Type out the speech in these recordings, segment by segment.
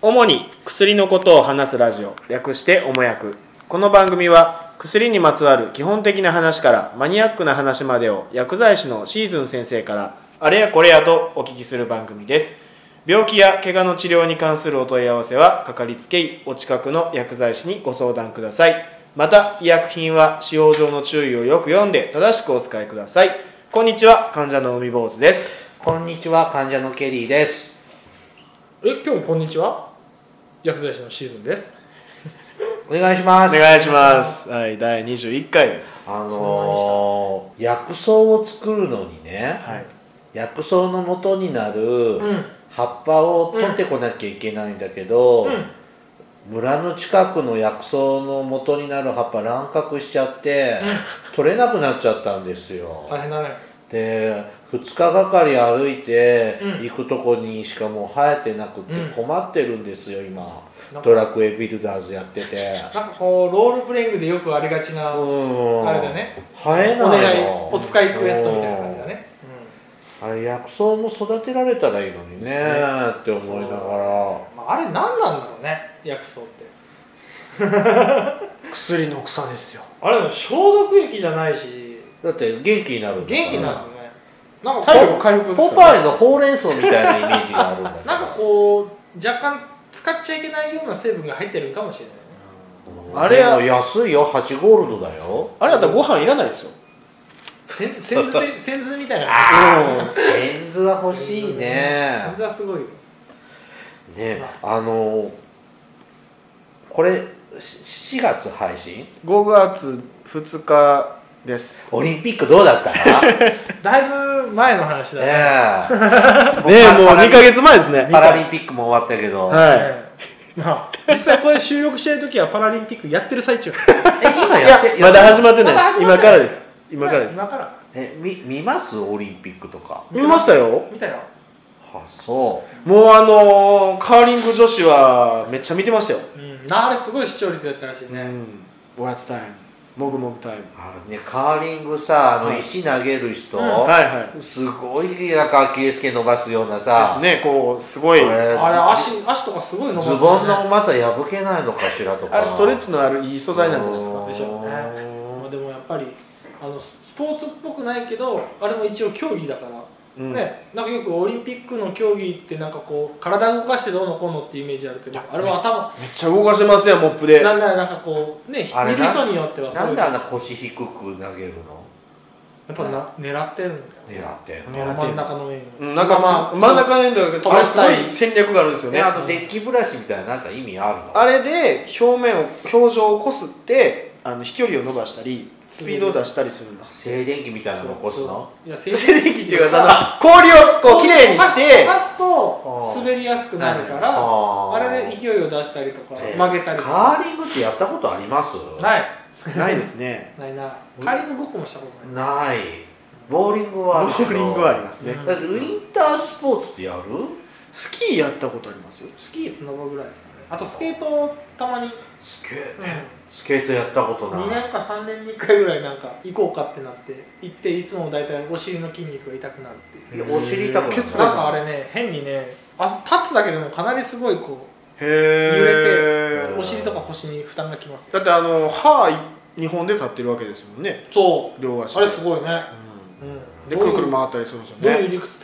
主に薬のことを話すラジオ略しておもやくこの番組は薬にまつわる基本的な話からマニアックな話までを薬剤師のシーズン先生からあれやこれやとお聞きする番組です病気や怪我の治療に関するお問い合わせはかかりつけ医お近くの薬剤師にご相談くださいまた医薬品は使用上の注意をよく読んで正しくお使いくださいこんにちは患者の海坊主ですこんにちは、患者のケリーです。え今日もこんにちは薬剤師のシーズンですお願いしまおす。願いしますはい第21回ですあのー、薬草を作るのにね、はい薬草の元になるうん葉っぱを取ってこなきゃいけないんだけど、うん村の近くの薬草の元になる葉っぱ乱獲しちゃって、取れなくなっちゃったんですよ。大変だねで2日がかり歩いてうん行くとこにしかもう生えてなくてうん困ってるんですよ今なんかドラクエビルダーズやっててなんかこうロールプレイングでよくありがちなおうんあれだね生えな願いいのお使いクエストみたいな感じだねうんあれ薬草も育てられたらいいのにねって思いながらうんまああれ何なんだろうね薬草って薬の草ですよあれでも消毒液じゃないしだって元気になるんだ元か気らになるよねなんか体こ力回復ですポからパねイのほうれん草みたいなイメージがあるんだうけど なんかこう若干使っちゃいけないような成分が入ってるんかもしれないねうんあれやでも安いよ8ゴールドだよあれだったらご飯いらないですよせんせん ずでせんずみたいなセンズは欲しいねせんずはすごいよねあのこれし4月配信5月2日ですオリンピックどうだった ねだいぶ前の 話だねえねえもう2ヶ月前ですねパラリンピックも終わったけどはまあ、実際これ収録してる時はパラリンピックやってる最中今え今いいややってまだ始まってなまだいです今始まってないからです 今からです今からえみ見ますオリンピックとか見ましたよ見たよはそもうあのーカーリング女子はめっちゃ見てましたようんなあれすごい視聴率やったらしいね、うんボアツタイムもぐもぐタイムうあのねカーリングさあはのい石投げる人、うんはいはいすごいなんかアキレス腱伸ばすようなですさ、ねこうすごいこれあれ足足とかすごい伸ばすズよねボンのまた破けないのかしらとかあれストレッチのあるいい素材なんじゃないですかでしょうねまあでもやっぱりあのススポーツっぽくないけどあれも一応競技だかうら、んねなんかよくオリンピックの競技ってなんかこう体動かしてどうのこうのってイメージあるけどいやあれは頭めっちゃ動かしてますよモップでなんならなんかこうねあれ見るな人によってはすごないんであんな腰低く投げるのやっぱな狙ってるんだよ狙ってん狙のって真るん中の面にうんなんかす真ん中のエンド飛があればすしごたいい戦略があるんですよね、ねあのデッキブラシみたいななんか意味あるのあれで表面を表情をこすってあの飛距離を伸ばしたりスピードを出したりするんです静電気みたいなの残すのいや静静電気っていうかさあの氷をこう綺麗にして動かすと滑りやすくなるから、ああーれで勢いを出したりとかせ曲げたりとかカーリングってやったことありますないないですねないなカーリングごっこもしたことなないいボーリングはあボるけどーリングはありますねうんだってウィンタースポーツってやるスキーやったことありますよスキースノボぐらいですかねあとスケートをたまに、スケ,、スケートやったこと2ない年か3年に1回ぐらいなんか行こうかってなって行っていつも大体お尻の筋肉が痛くなるっていいうやお尻痛くなケツるだなんかあれね変にねあ立つだけでもかなりすごいこへううんえお尻とか腰に負担がきますだよってあの歯2本で立ってるわけですもんねそ両足うあれすごいね、ううんん、でくるくる回ったりするんですよどういうね理屈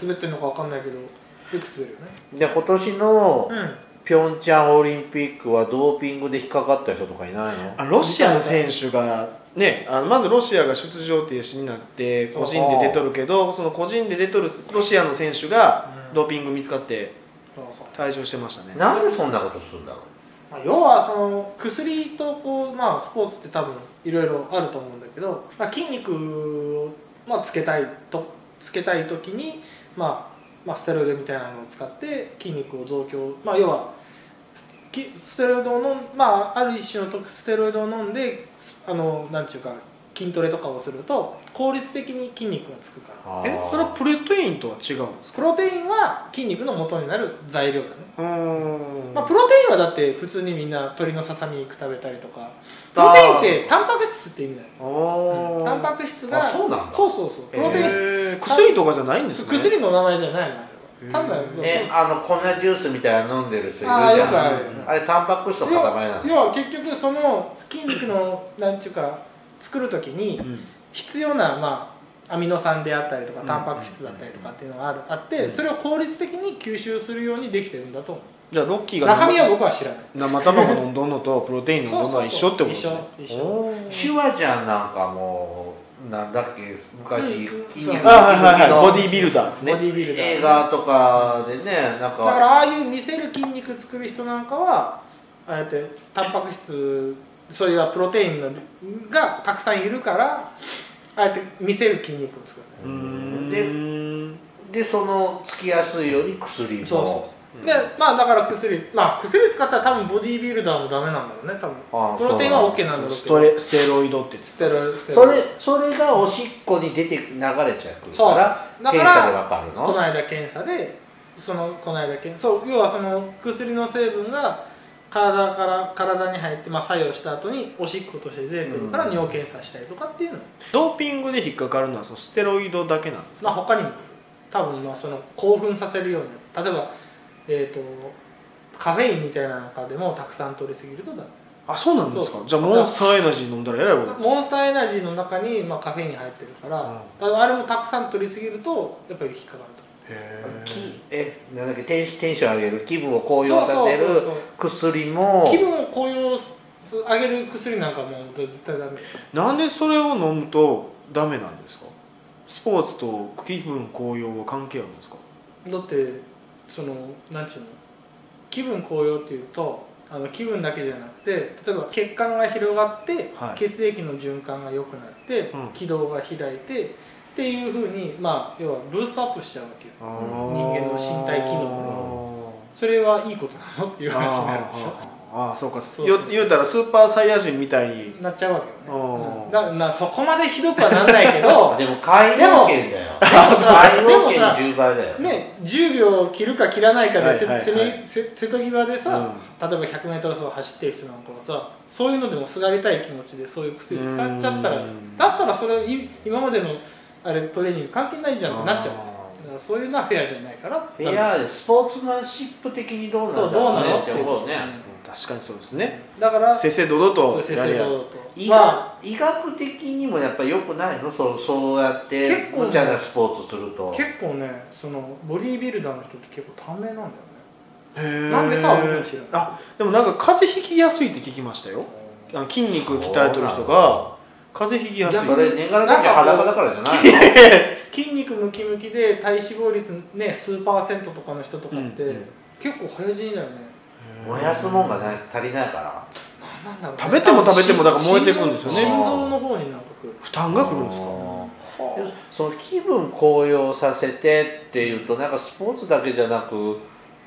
で滑ってるのかわかんないけどよく滑るよねで今年のうんピョンチャンオリンピックはドーピングで引っかかった人とかいないのあロシアの選手がねあのまずロシアが出場停止になって個人で出とるけどその個人で出とるロシアの選手がうんドーピング見つかってそうそう退場してましたねなんでそんなことするんだろうまあ、要はその薬とこう、まあ、スポーツって多分いろいろあると思うんだけど、まあ、筋肉を、まあ、つけたいとつけたい時に、まあまあ、ステロイドみたいなのを使って筋肉を増強、まあ、要はきステロイドを飲んまあある一種の特ステロイドを飲んであのなんちゅうか筋トレとかをすると効率的に筋肉がつくからあーえそれはプレトインとは違うんですかプロテインは筋肉の元になる材料だねうーんまあ、プロテインはだって普通にみんな鶏のささみ肉食べたりとかプロテインってタンパク質って意味だよあタンパクク質あがそうなんだそうそうそうプロテイン、薬とかじゃないんですね薬の名前じゃないのあれは多分ねあの粉ジュースみたいなの飲んでる人いるじああよくゃあんるよねあれタンパク質の塊要なの要は結局その筋肉のなんていうか作る時にうん必要なまあアミノ酸であったりとかうんタンパク質だったりとかっていうのがあるあってそれを効率的に吸収するようにできてるんだと思じゃあロッキーうが中身は僕は知らない生卵飲んどんのとプロテイン飲んどんのは一緒ってことですねそうそうそう一緒一緒おーシュワちゃんなんかもうなんだっけ昔うん筋肉そうあはいはいはいボディームキムキビルダーですねボディービルダー映画とかでねなんだかからああいう見せる筋肉作る人なんかはああやってタンパク質そういうプロテインのがたくさんいるからああやって見せる筋肉を作るうーでんでそのつきやすいように薬もそうそうでまあだから薬まあ薬使ったら多分ボディービルダーもダメなんだろうね多ああ分プロテインは OK なんだろうけどストレステロイドってやつステロイドステそロイれそれがおしっこに出て流れちゃうからそうだから検査でわかるドこのの間検査でそのこの間検査そう要はその薬の成分が体から体に入って、まあ、作用した後におしっことして出てくるからうん尿検査したりとかっていうの、ドーピングで引っかかるのはそのステロイドだけなんですまあか他にも多分まあその興奮させるような例えば、えー、とカフェインみたいな中でもたくさん取りすぎるとだあそうなんですかそうじゃあモンスターエナジー飲んだらえらいことモンスターエナジーの中に、まあ、カフェイン入ってるから,、うんあれもたくさん取りすぎるとやっぱり引っかかるとへーきえなんだっけテンシテンション上げる気分を高揚させるそうそうそう薬も気分を高揚す上げる薬なんかもう絶対ダメなんでそれを飲むとダメなんですかスポーツと気分高揚は関係あるんですかだってそのなんちゅうの気分高揚っていうとあの気分だけじゃなくて例えば血管が広がって、はい血液の循環が良くなって、うん気道が開いてっていうふうにまあ要はブーストアップしちゃうわけよ人人間の身体機能それはいいことなのっていう話になるでしょあーあーそうかそうそうよ言うたらスーパーサイヤ人みたいになっちゃうわけうんよね、うんだなそこまでひどくはなんない けどでも海洋圏だよさ海洋で圏もさ10倍だよね、10秒切るか切らないかでせ、はいはいせめはいせ瀬戸際でさ、例えば 100m 走走ってる人なんかはさそういうのでもすがりたい気持ちでそういう薬使っちゃったらうんだったらそれい今までのあれトレーニング関係ないじゃんってなっちゃうあだからそういうのはフェアじゃないからいやスポーツマンシップ的にどうそなうんだどうろうなのねっってていう思うねうん確かにそうですねだから正々堂そう々と先やり生合うどうぞと医まあ学医学的にもやっぱ良くないのそうそうやって結構ね無茶なスポーツすると結構ねそのボディービルダーの人って結構短命なんだよねななんでかは僕も知らないあでもなんか風邪ひきやすいって聞きましたよあの筋肉鍛えてる人が風邪ひきやすいそれ年がらだけ裸だからじゃないの筋肉ムキムキで体脂肪率ね数パーセントとかの人とかって、うんうん結構早死にだよね 燃やすもんがない足りないからなんなんだろうね食べても食べてもだから燃えてくんですよね心臓の方になんかくる負担がくるんですかでもその気分高揚させてっていうとなんかスポーツだけじゃなく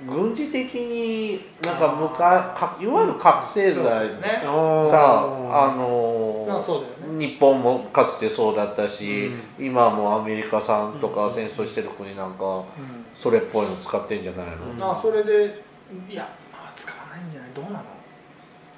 軍事的になんかむかかいわゆる覚醒そうだ剤よねあーさああまのあーそうだよね日本もかつてそうだったし、今もアメリカさんとか戦争してる国なんかうそれっぽいの使ってんじゃないの、うんんまあそれでいやまあ使わないんじゃないどうなの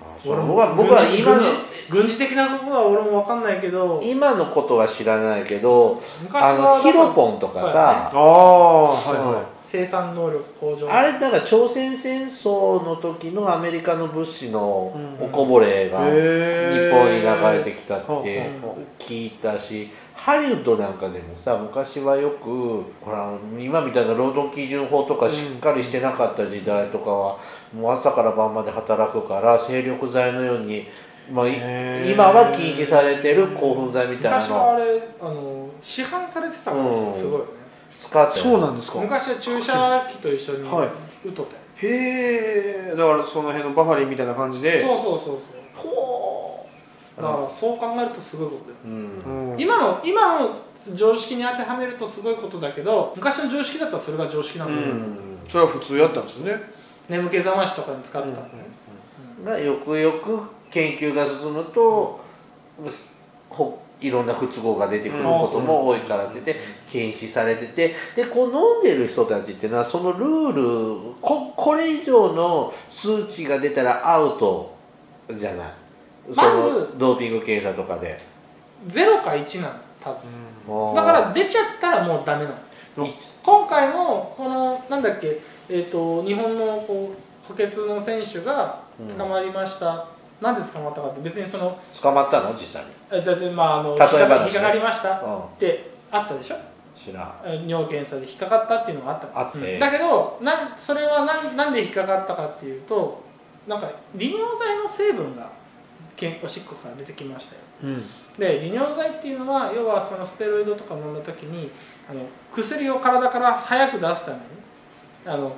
あそう俺も僕は僕は今の軍事的なところは俺も分かんないけど今のことは知らないけど昔あはのヒロンポンとかそうだねさ、あーはいはい生産能力向上あれなんか朝鮮戦争の時のアメリカの物資のうんうんおこぼれが日へ本にー流れてきたってほうほう聞いたしハリウッドなんかでもさ昔はよくほら今みたいな労働基準法とかしっかりしてなかった時代とかはもう朝から晩まで働くから精力剤のように、まあ、いへー今は禁止されてる興奮剤みたいな昔はのあれあの市販されてたのうんすごいよね使ってそうなんですか昔は注射器と一緒にはい打っとったよへえだからその辺のバファリンみたいな感じでそうそうそうそうほだからそう考えるとすごいことだようんう、うん、今の今の常識に当てはめるとすごいことだけど昔の常識だったらそれが常識なの、うんでそれは普通やったんですね眠気覚ましとかに使ってたのね、がよくよく研究が進むと、すほいろんな不都合が出てくることも多いからって言って禁止されててでこう飲んでる人たちっていうのはそのルールここれ以上の数値が出たらアウトじゃないそまずのドーピング検査とかでゼロか1なの多分うもうだから出ちゃったらもうダメなのんい今回もこのなんだっけ、えー、と日本のこう補欠の選手が捕まりました、なんで捕まったかって別にその捕まったの実際に、え全然まああの例え話ね引っかかりましたっうん、てあったでしょ知らんえ尿検査で引っかかったっていうのがあったあって、だけどなんそれはなんなんで引っかかったかっていうとなんか利尿剤の成分がけおしっこから出てきましたようんで利尿剤っていうのは要はそのステロイドとか飲んだ時にあの薬を体から早く出すためにあの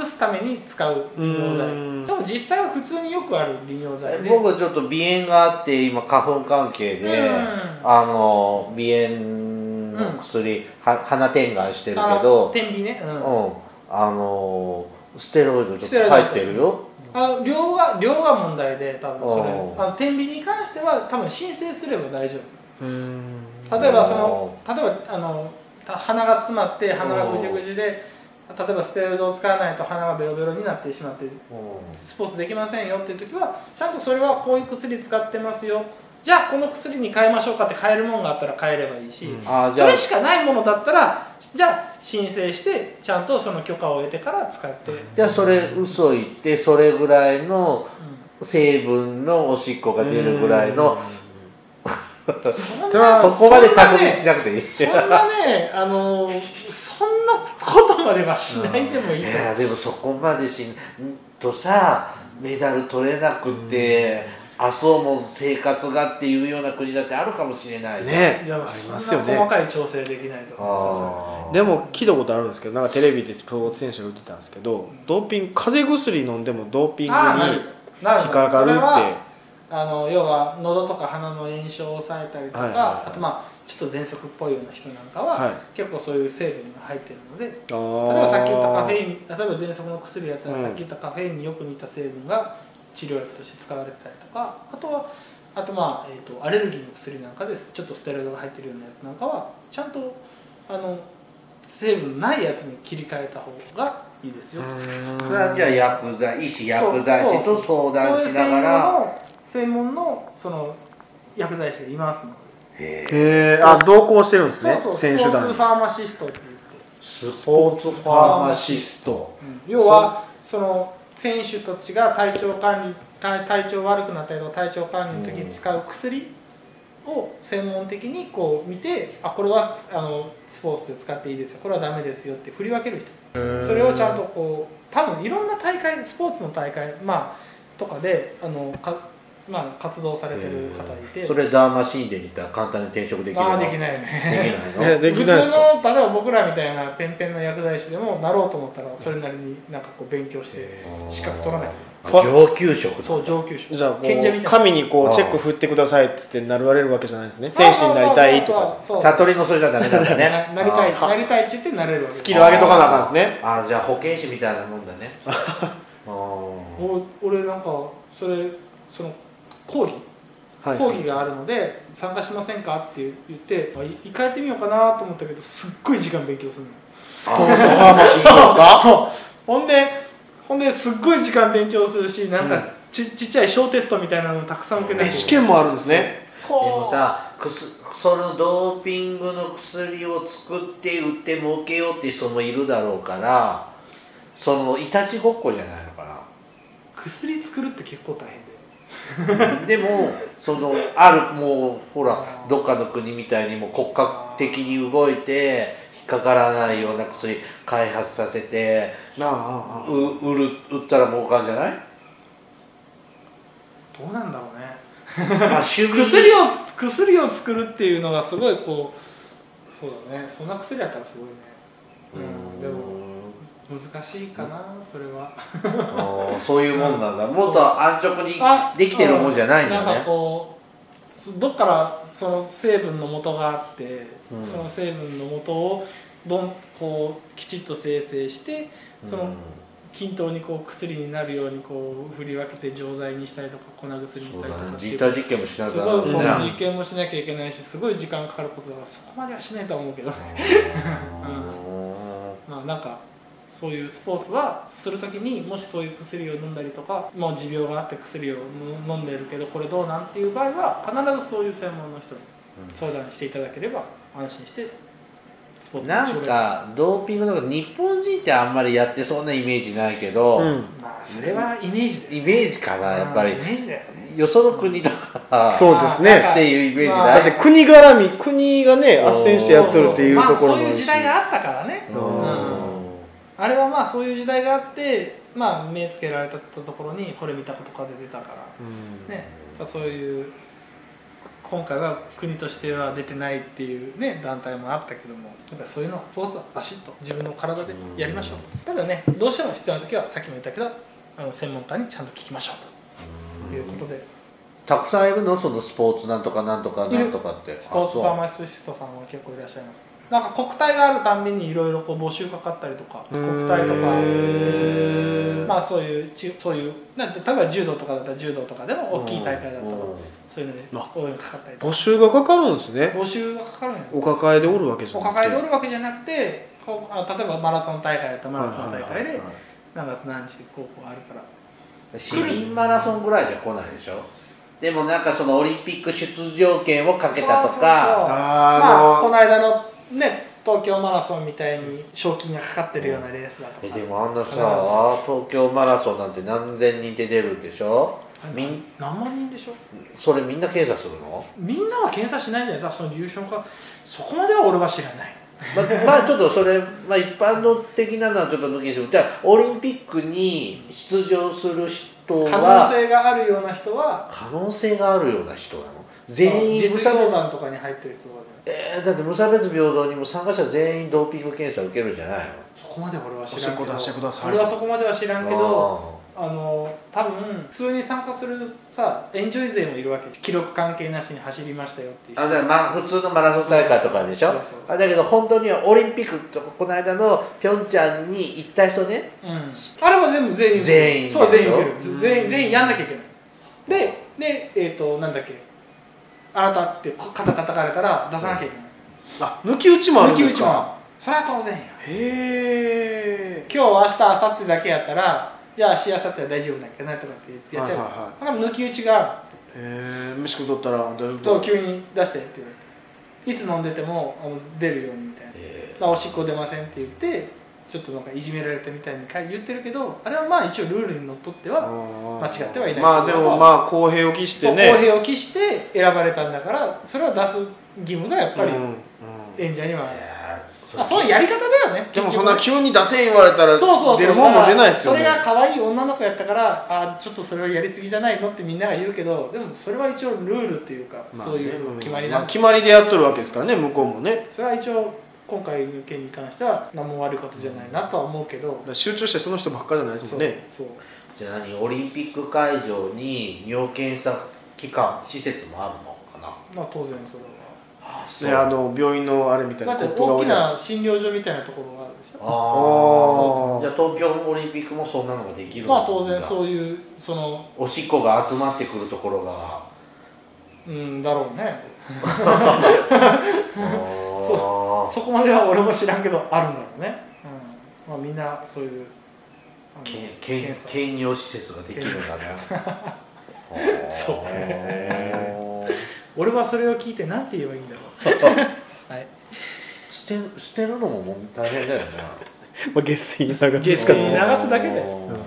隠すために使う利尿剤うんでも実際は普通によくある利尿剤で僕ちょっと鼻炎があって今花粉関係で、うんあの鼻炎の薬、は鼻点眼してるけどあ、天秤ね、ううんん、あのステロイドちょっと入ってるよあの量が量が問題で多分それおうあの天秤に関しては多分申請すれば大丈夫うん例えばその例えばあのた鼻が詰まって鼻がぐじゅぐじゅで例えばステロイドを使わないと鼻がベロベロになってしまってうスポーツできませんよっていう時はちゃんとそれはこういう薬使ってますよじゃあこの薬に変えましょうかって変えるもんがあったら変えればいいし、うんん、あーじそゃあれしかないものだったらじゃあ申請してちゃんとその許可を得てから使って、うんじゃあそれ嘘言ってそれぐらいの成分のおしっこが出るぐらいのそんそれはなそこまでそんな確認ねしなくていいそんなね、あのそんなことまではしないでもいいいとやでもそこまでしんとさメダル取れなくて、あそうも生活がっていうような国だってあるかもしれないじゃんねいやありますよそんな細ねかい調整できないと思あーでも聞いたことあるんですけどなんかテレビでスポーツ選手が言ってたんですけどドーピング風邪薬飲んでもドーピングにあーなるな引っかかるそれはっあの要は喉とか鼻の炎症を抑えたりとか、はいはいはいあとまあちょっと喘息っぽいような人なんかては、はい結構そういう成分が入ってるので例えあばさっき言ったカーフェイン例えば喘息の薬やったらうんさっき言ったカフェインによく似た成分が治療薬として使われてたりとかあとはあとまあ、えー、とアレルギーの薬なんかですちょっとステロイドが入ってるようなやつなんかはちゃんとあの成分ないやつに切り替えた方がいいですよ、それはじゃあ薬剤医師薬剤師と相談しながらそういう専門の専門のその薬剤師がいますのへえへえあ同行してるんですで、ねそうそう選手スポー団ツにファーマシストって言って、スポーツファーマシストうん要はその選手たちが体調管理体体調悪くなったりとか体調管理の時に使う薬を専門的にこう見てあこれはあのスポーツで使っていいですよこれはダメですよって振り分ける人それをちゃんとこう多分いろんな大会スポーツの大会、まあ、とかであのか、まあ、活動されてる方がいて、それダーマ神殿に行ったら簡単に転職できるあのあできでないよきないねのえできないですか普通の例えば僕らみたいなペンペンの薬剤師でもなろうと思ったらそれなりになんかこう勉強して資格取らないあ上級職だそう上級者じゃあこ賢者みうたいな神にこあうーチェック振ってくださいっつってなるわれるわけじゃないんですね選手になりたいとかそうそうそうそう悟りのそれじゃダメなんだね ななりたいあなりたいって言ってなれるわけスキル上げとかなあかんですねあじゃあ保健師みたいなもんだ ねあーお俺なんかそれその講義はい講義があるので参加しませんかって言ってあい一回やってみようかなと思ったけどすっごい時間勉強するのスポーツファーマシストです かほんでほんですっごい時間勉強するしなんうんかちちっちゃい小テストみたいなのもたくさん受けたりえ試験もあるんですねほうでもさくすそのドーピングの薬を作って売って儲けようって人もいるだろうからそのいたちごっこじゃないのか薬作るって結構大変で なでもそのあるもうほらどっかの国みたいにもう骨格的に動いて引っかからないような薬開発させてなあう売る売ったら儲かるんじゃ ない、どうなんだろうねまあ、主義薬を薬を作るっていうのがすごいこうそうだねそんな薬だったらすごいねうんでも難しいかなそれはあーそういうもんなんだ、もっと安直にあできてるもんじゃないんうなだんかねこうすどっからその成分の元があって、うんその成分の元をどんこうきちっと生成してその均等にこう薬になるようにこう振り分けて錠剤にしたりとか粉薬うにんしそたうりとだかねってジいうーター実験もしなすがごいそらのね実験もしなきゃいけないしすごい時間かかることだからそこまではしないとは思う けどまあなんかそういうスポーツはするときにもしそういう薬を飲んだりとかもう持病があって薬を飲んでるけどこれどうなんっていう場合は必ずそういう専門の人に相談していただければ安心してスポーツのな種ん類かドーピングとか日本人ってあんまりやってそうなイメージないけど、うんまあそれはイメージだよイメージかなやっぱりイメージだよねよその国とかそうですねっていうイメージまあなだいって国絡み国がね斡旋してやっとるっていうまとあころそうもあいうる時し代があったからねうあれはまあそういう時代があってまあ目つけられたところにこれ見たことかで出たからうんね、そういう今回は国としては出てないっていうね団体もあったけどもやっぱりそういうのスポーツはバシッと自分の体でやりましょうただねどうしても必要な時はさっきも言ったけどあの専門家にちゃんと聞きましょうということでたくさんいるのそのスポーツなんとかなんとかなんとかってスポーツファーマシストさんは結構いらっしゃいますなんか国体があるたんびにいろいろこう募集かかったりとか国体とかまあそういうちそういうなんて例えば柔道とかだったら柔道とかでも大きい大会だったらそういうのに応援かかったりとか募集がかかるんですね募集がかかるんやお抱えでおるわけじゃおなくて抱えでおるわけじゃなくてこうあ例えばマラソン大会だったらマラソン大は会いはいはいではい何月何日で高校あるから市民マラソンぐらいじゃ来ないでしょでもなんかそのオリンピック出場権をかけたとそうそうそかうまあこあの間のね東京マラソンみたいに賞金がかかってるようなレースだとえかでもあんなさ東京マラソンなんて何千人って出るんでしょみん何万人でしょそれみんな検査するのみんなは検査しないんだよだからその優勝かそこまでは俺は知らないま まあちょっとそれ、まあ、一般の的なのはちょっと抜きにするじゃあオリンピックに出場する人可能は性があるような人は可能性があるような人なの全員無実差業別、団とかに入ってる人とかじゃないえーだって無差別平等にも参加者全員ドーピング検査受けるんじゃないのそこまで俺は知らんけどお仕事はしてください俺はそこまでは知らんけどどあの多分普通に参加するさエンジョイ勢もいるわけ記録関係なしに走りましたよっていうあだからまあ普通のマラソン大会とかでしょそうそうそうそうあだけど本当にはオリンピックとかこの間のピョンチャンに行った人ねうん、あれも全部全員全員そう全員受けでるしょず全員全員やんなきゃいけないででえっ、となんだっけあなたってこ肩叩かれたら出さなきゃいけなあ抜き打ちもあいるんで打すちもかあるそれは当然やへえ今日明日明後日だけやったらじゃあ明日明後日は大丈夫だっけどなとかって言ってやっちゃう、はいはいはだから抜き打ちがあるへえ飯食うとったら大丈と夫急に出してって言われていつ飲んでてもあの出るようにみたいなえまあ、おしっこ出ませんって言ってちょっとなんかいじめられたみたいに言ってるけどあれはまあ一応ルールにのっとっては間間違ってはいないまあでもまあ公平を期しそうて公ね平を期して選ばれたんだからそれは出す義務がやっぱりうんうん演者にはある、ーまあ、そういうやり方だよねでもそんな結急に出せん言われたら局ねそうそうそう出るもんも出ないですよだからねそれが可愛い女の子やったからあーちょっとそれはやりすぎじゃないのってみんなが言うけどでもそれは一応ルールっていうか、まあそういう決まりなんまあで、決まりでやっとるわけですからね向こうもねそれは一応今回の件に関しては何も悪いことじゃないなとは思うけどだ、から集中してその人ばっかじゃないですもんねそうそじうゃあ何オリンピック会場に尿検査機関施設もあるのかなまあ当然それは。あそねあの病院のあれみたいだなっコてップが大置きいてあるな診療所みたいなところがあるでしょあーああじゃあ東京オリンピックもそんなのができるまあ当然うそういうそのおしっこが集まってくるところがうんだろうねそそこまでは俺も知らんけどあるんだろうね、うんまあ、みんなそういうあのけけん検査兼用施設ができるんだね そうね俺はそれを聞いて何て言えばいいんだろう はい捨て捨てるのももう大変だよねまあ下水流す下水流すだけだようんうん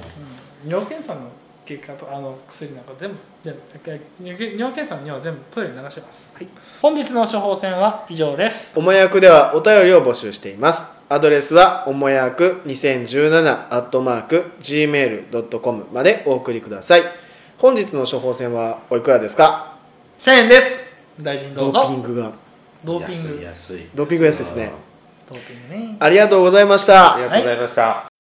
尿検査の結果とあの薬なんか全部全部尿検査の尿は全部トイレに流します、はい、本日の処方箋は以上ですおもやくではお便りを募集しています。アドレスはおもやく2017アットマーク gmail.com までお送りください。本日の処方箋はおいくらですか1000円です大臣どドうーピンぞグが。ドーピン安いグ安いドーピング安いですね。ドーピングねありがとうございました。ありがとうございました、